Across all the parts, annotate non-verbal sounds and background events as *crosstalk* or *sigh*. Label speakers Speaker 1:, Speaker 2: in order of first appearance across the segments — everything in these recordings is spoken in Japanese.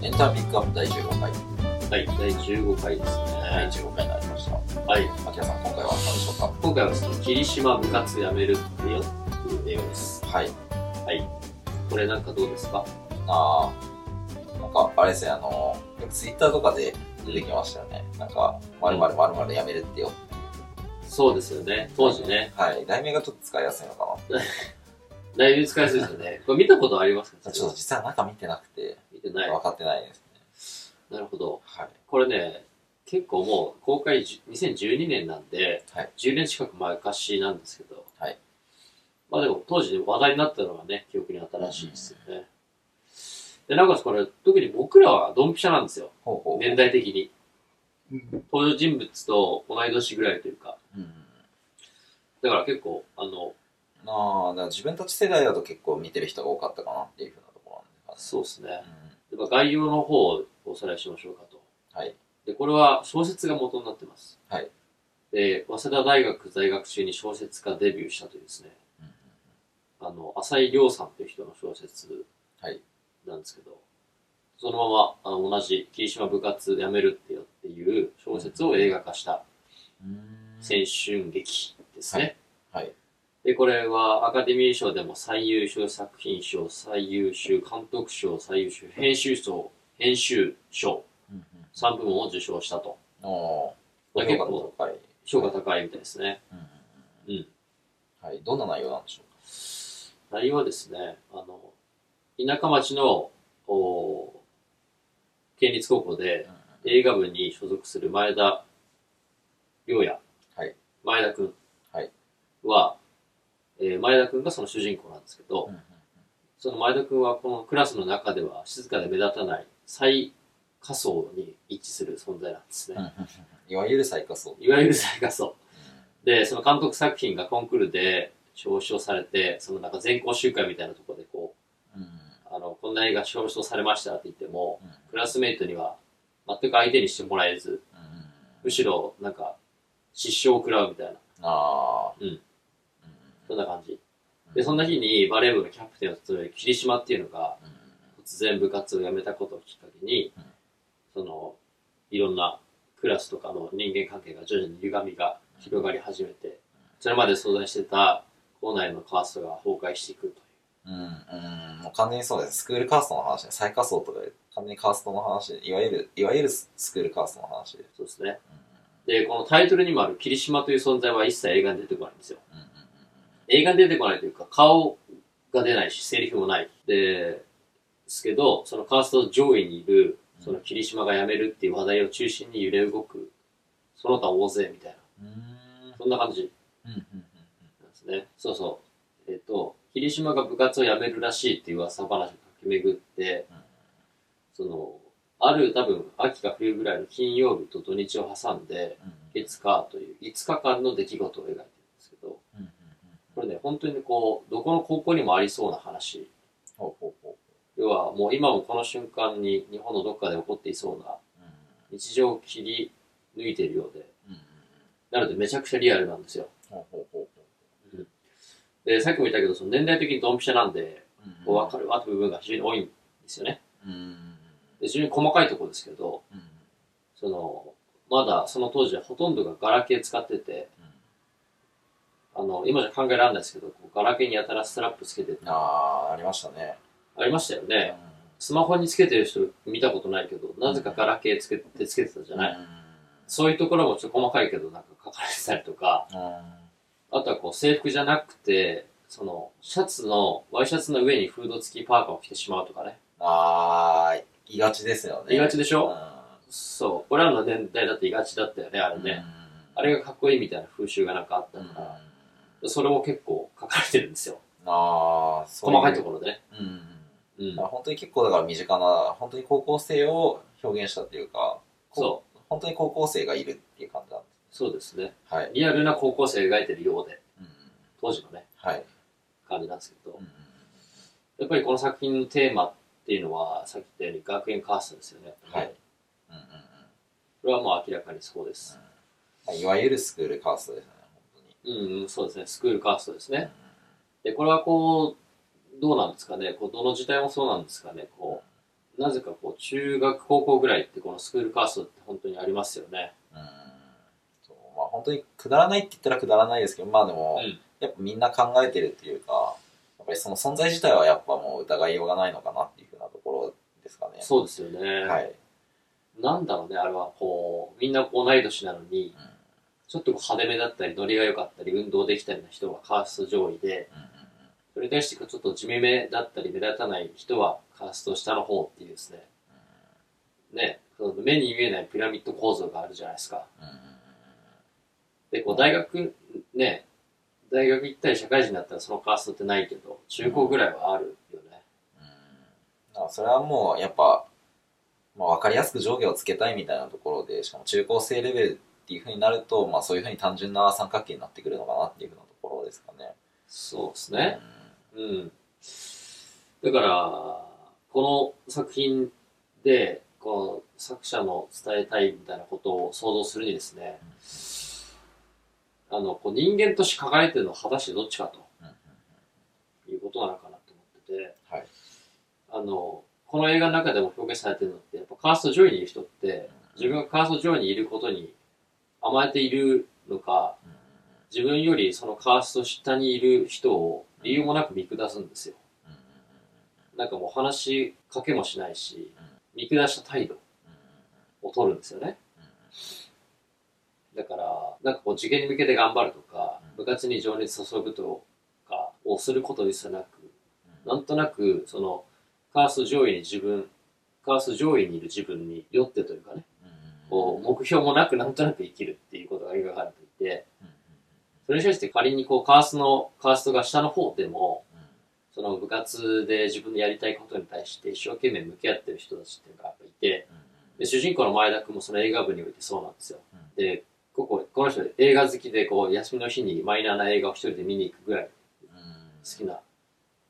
Speaker 1: ーターピックアップ第15回、
Speaker 2: はい、第15回ですね。
Speaker 1: 第15回になりました。
Speaker 2: はい。
Speaker 1: 秋田さん、今回は何でしょうか
Speaker 2: 今回はですね、霧島部活やめるってよっていう内容です。
Speaker 1: はい。
Speaker 2: これなんかどうですか
Speaker 1: あー、なんか、あれですね、あの、ツイッターとかで出てきましたよね。なんか、〇〇〇〇やめるってよ。
Speaker 2: そうですよね。当時ね、
Speaker 1: はい。題名がちょっと使いやすいのか
Speaker 2: だいぶ使いやすいですよね。これ見たことありますか
Speaker 1: な。ちょっと実は中見てなくて、
Speaker 2: 見てない。
Speaker 1: 分かってないですね。
Speaker 2: なるほど。
Speaker 1: はい。
Speaker 2: これね、結構もう公開じ2012年なんで、
Speaker 1: はい
Speaker 2: 10年近く前かしなんですけど、
Speaker 1: はい
Speaker 2: まあでも当時で話題になったのがね、記憶に新しいですよね。で、なおかつこれ、特に僕らはドンピシャなんですよ。
Speaker 1: ほうほう。
Speaker 2: 年代的に。
Speaker 1: うん。
Speaker 2: 登場人物と同い年ぐらいというか、
Speaker 1: うん。
Speaker 2: だから結構、あの、
Speaker 1: なあ、だから自分たち世代だと結構見てる人が多かったかなっていうふうなところなんです
Speaker 2: そうですね
Speaker 1: か。ね。
Speaker 2: でまあ概要の方をおさらいしましょうかと。
Speaker 1: うん。はい。
Speaker 2: で、これは小説が元になってます。
Speaker 1: はい。
Speaker 2: で、早稲田大学在学中に小説家デビューしたというですね、
Speaker 1: うん
Speaker 2: あの、浅井亮さんという人の小説
Speaker 1: はい
Speaker 2: なんですけど、そのままあの同じ霧島部活やめるってよっていう小説を映画化した
Speaker 1: うん。
Speaker 2: 青春劇ですね。
Speaker 1: はいはい
Speaker 2: で、これはアカデミー賞でも最優秀作品賞、最優秀監督賞、最優秀編集賞、編集賞、
Speaker 1: うん
Speaker 2: 3部門を受賞したと。
Speaker 1: うん。お
Speaker 2: こ
Speaker 1: ー。
Speaker 2: れ結
Speaker 1: 評
Speaker 2: 構
Speaker 1: 価の高い。
Speaker 2: 評価高いみたいですね。
Speaker 1: うん
Speaker 2: う
Speaker 1: うんん。はい。どんな内容なんでしょうか
Speaker 2: 内容はですね、あの、田舎町の、お県立高校で映画部に所属する前田良也、
Speaker 1: はい
Speaker 2: 前田くん
Speaker 1: はい
Speaker 2: はえー前田くんがその主人公なんですけど、
Speaker 1: うんうん
Speaker 2: その前田くんはこのクラスの中では静かで目立たない最下層に位置する存在なんです
Speaker 1: うん
Speaker 2: ね。
Speaker 1: うんうんいわゆる最下層。
Speaker 2: いわゆる最下層。で、その監督作品がコンクールで表彰されて、そのなんか全校集会みたいなところでこ
Speaker 1: うんうん
Speaker 2: う、あの、こんな映画表彰されましたって言っても、
Speaker 1: うん
Speaker 2: クラスメイトには全く相手にしてもらえず、
Speaker 1: うん
Speaker 2: むしろなんか失笑を食らうみたいな、
Speaker 1: ああ。
Speaker 2: うんそんな感じ。
Speaker 1: う
Speaker 2: で、そんな日にバレー部のキャプテンを務める霧島っていうのが、
Speaker 1: うん
Speaker 2: 突然部活を辞めたことをきっかけに、
Speaker 1: うん
Speaker 2: そのいろんなクラスとかの人間関係が徐々に歪みが広がり始めて、それまで相談してた校内のカーストが崩壊していくとい
Speaker 1: うん、うん、もう完全にそうです。スクールカーストの話ね。最下層とかで、完全にカーストの話で、いわゆる、いわゆるスクールカーストの話で。
Speaker 2: うそうですね
Speaker 1: うん
Speaker 2: でこのタイトルにもある霧島という存在は一切映画に出てこないんですよ
Speaker 1: うんうん
Speaker 2: 映画に出てこないというか顔が出ないしセリフもないですけどそのカースト上位にいるその霧島が辞めるっていう話題を中心に揺れ動くその他大勢みたいな
Speaker 1: うんうん
Speaker 2: そんな感じ
Speaker 1: うんうんうん
Speaker 2: なんですね。そうそう。えっ、と、霧島が部活を辞めるらしいっていう噂話を駆け巡って、
Speaker 1: うん
Speaker 2: その、ある多分、秋か冬ぐらいの金曜日と土日を挟んで、
Speaker 1: うん
Speaker 2: 月火という5日間の出来事を描いてるんですけど、
Speaker 1: うんうんうん
Speaker 2: これね、本当にこう、どこの高校にもありそうな話。
Speaker 1: ほうほうほ
Speaker 2: 要は、もう今もこの瞬間に日本のどっかで起こっていそうな
Speaker 1: うう
Speaker 2: 日常を切り抜いているようで、
Speaker 1: んうんうん
Speaker 2: なのでめちゃくちゃリアルなんですよ。
Speaker 1: ほうほうほうほ
Speaker 2: で、さっきも言ったけど、その年代的にドンピシャなんで、
Speaker 1: ううん
Speaker 2: こう分かるわって部分が非常に多いんですよね。
Speaker 1: うんうん
Speaker 2: で非常に細かいところですけど、
Speaker 1: うんうん
Speaker 2: その、まだその当時はほとんどがガラケー使ってて、あの、今じゃ考えられないですけど、こうガラケーにやたらストラップつけて、
Speaker 1: ああ、ありましたね。
Speaker 2: ありましたよ
Speaker 1: うん
Speaker 2: ね。スマホにつけてる人見たことないけど、なぜかガラケーつけてつけてたじゃない、そういうところもちょっと細かいけど、なんか書かれてたりとか、
Speaker 1: うんうん
Speaker 2: あとはこう制服じゃなくて、その、シャツの、ワイシャツの上にフード付きパーカーを着てしまうとかね。
Speaker 1: あー、いがちですよね。
Speaker 2: 言いがちでし
Speaker 1: う
Speaker 2: ょ、
Speaker 1: ん
Speaker 2: そう。俺らの年代だっていがちだったよね、あれね。あれがかっこいいみたいな風習がなんかあった
Speaker 1: うん
Speaker 2: か
Speaker 1: あ
Speaker 2: ら、それも結構書かれてるんで
Speaker 1: *laughs*
Speaker 2: すよ。
Speaker 1: ー、そう
Speaker 2: 細かいと
Speaker 1: こ
Speaker 2: ころでね。
Speaker 1: ろ。うん。
Speaker 2: う
Speaker 1: だ
Speaker 2: ん
Speaker 1: か。ら本当に結構だから身近な、本当に高校生を表現したっていうか、こ
Speaker 2: そう
Speaker 1: 本当に高校生がいるっていう感じなんで
Speaker 2: う、そうですね。
Speaker 1: す。はい。
Speaker 2: リアルな高校生描いてるようで、
Speaker 1: うん
Speaker 2: 当時のね、
Speaker 1: はい。
Speaker 2: 感じなんですけど
Speaker 1: う、ん
Speaker 2: やっぱりこの作品のテーマっていうのは、さっき言ったように学園カーストですよね。やっぱ
Speaker 1: は
Speaker 2: り
Speaker 1: い
Speaker 2: ね。
Speaker 1: うんうんうん
Speaker 2: これはもう明らかにそうです。
Speaker 1: まあいわゆるスクールカーストですね、本当に。
Speaker 2: うん、うん、そうですね。スクールカーストですね。で、これはこう、どうなんですかね。こうどの時代もそうなんですかね。こう、なぜかこう、中学、高校ぐらいってこのスクールカーストって本当にありますよね。
Speaker 1: うんそうまあ本当にくだらないって言ったらくだらないですけどまあでも、
Speaker 2: うん
Speaker 1: やっぱみんな考えてるっていうかやっぱりその存在自体はやっぱもう疑いようがないのかなっていうふうなところですかね
Speaker 2: そうですよね。
Speaker 1: はい、
Speaker 2: なんだろうね、あれはこう、みんな同い年なのに、
Speaker 1: うん
Speaker 2: ちょっとこう派手めだったり、ノリが良かったり、運動できたような人はカースト上位で、
Speaker 1: うんうん
Speaker 2: それに対してちょっと地味めだったり、目立たない人はカースト下の方っていうですね。ね、その目に見えないピラミッド構造があるじゃないですか。
Speaker 1: うんうんうん
Speaker 2: で、こう大学、ね、大学行ったり社会人だったらそのカーストってないけど、中高ぐらいはあるよね。
Speaker 1: うんだからそれはもうやっぱ、まあ、分かりやすく上下をつけたいみたいなところでしかも中高生レベルっていうふうになると、まあ、そういうふうに単純な三角形になってくるのかなっていうふうなところですかね。
Speaker 2: そうですね。うん。だから、この作品で、この作者の伝えたいみたいなことを想像するにですね、あの、こう人間として輝いてるのは果たしてどっちかと。
Speaker 1: うんうんうん
Speaker 2: いうことなのかなと思ってて、
Speaker 1: はい
Speaker 2: あのこの映画の中でも表現されてるのってやっぱカースト上位にいる人って自分がカースト上位にいることに甘えているのか
Speaker 1: うんうん
Speaker 2: 自分よりそのカースト下にいる人を理由もなく見下すんですよ
Speaker 1: うんうん
Speaker 2: なんかもう話しかけもしないし
Speaker 1: うん
Speaker 2: 見下した態度
Speaker 1: うん
Speaker 2: を取るんですよね
Speaker 1: うんうん
Speaker 2: だからなんかこう受験に向けて頑張るとか
Speaker 1: う
Speaker 2: 部
Speaker 1: ん
Speaker 2: 活に情熱注ぐとかをすること一切なくなんとなく、その、カースト上位に自分、カースト上位にいる自分に酔ってというかね、こう、目標もなくなんとなく生きるっていうことが描かれていて、
Speaker 1: うんうん
Speaker 2: それに対して仮にこう、カーストの、カーストが下の方でも、
Speaker 1: うん
Speaker 2: その部活で自分のやりたいことに対して一生懸命向き合ってる人たちっていうのがやっぱいて、
Speaker 1: うん
Speaker 2: で、主人公の前田君もその映画部においてそうなんですよ
Speaker 1: うん。
Speaker 2: で、ここ、この人映画好きでこう、休みの日にマイナーな映画を一人で見に行くぐらい
Speaker 1: うん
Speaker 2: 好きな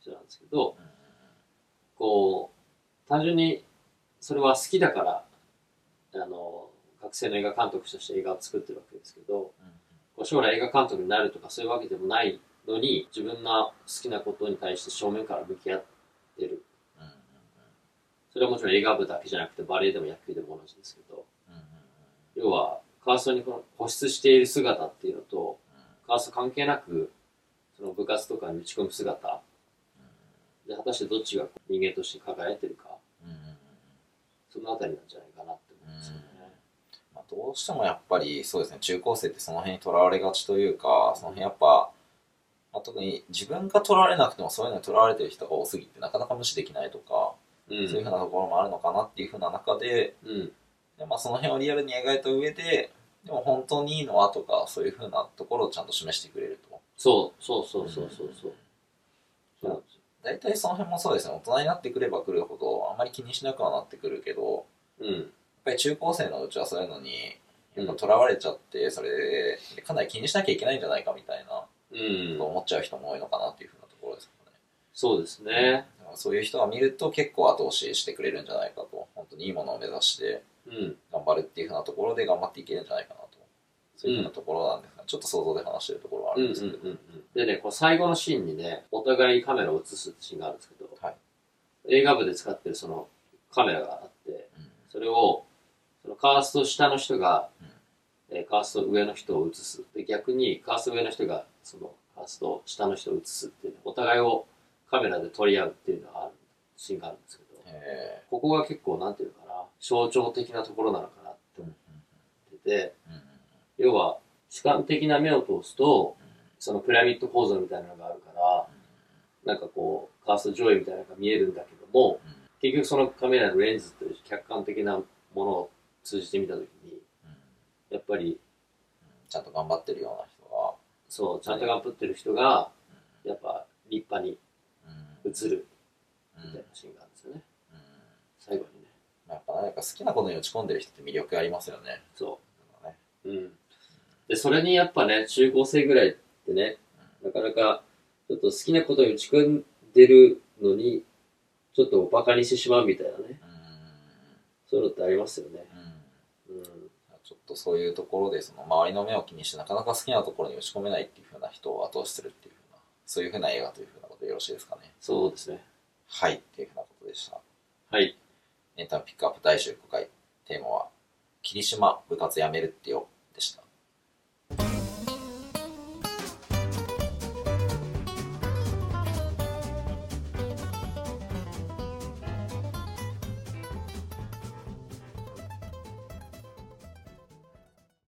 Speaker 2: 人なんですけど、
Speaker 1: うん
Speaker 2: こう、単純にそれは好きだから、あの、学生の映画監督として映画を作ってるわけですけど、
Speaker 1: うん
Speaker 2: こう将来映画監督になるとかそういうわけでもないのに、自分の好きなことに対して正面から向き合ってる。
Speaker 1: うんうん
Speaker 2: それはもちろん映画部だけじゃなくてバレエでも野球でも同じですけど、
Speaker 1: うんうん
Speaker 2: 要は、カーストにこの固執している姿っていうのと、カースト関係なく、その部活とかに打ち込む姿、で果たしてどっちが人間として輝いてるか、
Speaker 1: うんうんうん
Speaker 2: そのあたりなんじゃないかなって思うんですよね。
Speaker 1: まあ、どうしてもやっぱりそうですね中高生ってその辺にとらわれがちというかその辺やっぱ、まあ、特に自分がとらわれなくてもそういうのにとらわれてる人が多すぎてなかなか無視できないとか、
Speaker 2: うん
Speaker 1: そういうふうなところもあるのかなっていうふうな中で
Speaker 2: うん。
Speaker 1: で、まあ、その辺をリアルに描いた上ででも本当にいいのはとかそういうふうなところをちゃんと示してくれると
Speaker 2: そう、そうそうそうそうそう。そうなんですよ。
Speaker 1: 大体その辺もそうですね大人になってくればくるほどあんまり気にしなくはなってくるけどやっ
Speaker 2: うん。
Speaker 1: ぱり中高生のうちはそういうのに
Speaker 2: うん
Speaker 1: とらわれちゃってそれでかなり気にしなきゃいけないんじゃないかみたいな
Speaker 2: うん。
Speaker 1: 思っちゃう人も多いのかなっていうふうなところですかね
Speaker 2: そうですね。
Speaker 1: だからそういう人が見ると結構後押ししてくれるんじゃないかと本当にいいものを目指して
Speaker 2: うん。
Speaker 1: 頑張るっていうふうなところで頑張っていけるんじゃないかなとそういうふうなところなんですが、ちょっと想像で話してるところはあ
Speaker 2: うんう
Speaker 1: るん
Speaker 2: んう
Speaker 1: で
Speaker 2: ん
Speaker 1: すけど、
Speaker 2: うん。でね、こう最後のシーンにね、お互いカメラを映すシーンがあるんですけど、
Speaker 1: はい
Speaker 2: 映画部で使ってるそのカメラがあって、
Speaker 1: うん
Speaker 2: それを、そのカースト下の人が、
Speaker 1: うん
Speaker 2: えーカースト上の人を映す。で逆に、カースト上の人が、その、カースト下の人を映すっていうね、お互いをカメラで撮り合うっていうのがある、シーンがあるんですけど、
Speaker 1: え
Speaker 2: ここが結構、なんていうのかな、象徴的なところなのかなって
Speaker 1: ー
Speaker 2: 思ってて、
Speaker 1: うんうん
Speaker 2: 要は、主観的な目を通すと、そのピラミッド構造みたいなのがあるから、なんかこう、カースト上位みたいなのが見えるんだけども、
Speaker 1: うん
Speaker 2: 結局そのカメラのレンズという客観的なものを通じてみたとき
Speaker 1: うん
Speaker 2: に、
Speaker 1: うん
Speaker 2: やっぱり、
Speaker 1: ちゃんと頑張ってるような人が
Speaker 2: そう、ちゃんと頑張ってる人が、やっぱ立派に
Speaker 1: うん
Speaker 2: 映る
Speaker 1: う
Speaker 2: み
Speaker 1: ん
Speaker 2: たいなシーンがあるんですよね。
Speaker 1: うん
Speaker 2: 最後にね。
Speaker 1: やっぱ何か好きなことに打ち込んでる人って魅力ありますよね。
Speaker 2: そう。
Speaker 1: ね
Speaker 2: うん。で、それにやっぱね、中高生ぐらいってね、なかなか、ちょっと好きなことに打ち込んでるのに、ちょっとバカにしてしまうみたいな
Speaker 1: う
Speaker 2: ね、そういうのってありますよね。
Speaker 1: んうん
Speaker 2: うん。
Speaker 1: ちょっとそういうところでその周りの目を気にしてなかなか好きなところに打ち込めないっていうふうな人を後押しするっていうふうなそういうふうな映画というふうなことでよろしいですかね
Speaker 2: そうですね。
Speaker 1: はいっていうふうなことでした
Speaker 2: はい。
Speaker 1: エンタメピックアップ第15回、テーマは、霧島部活やめるってよ、でした。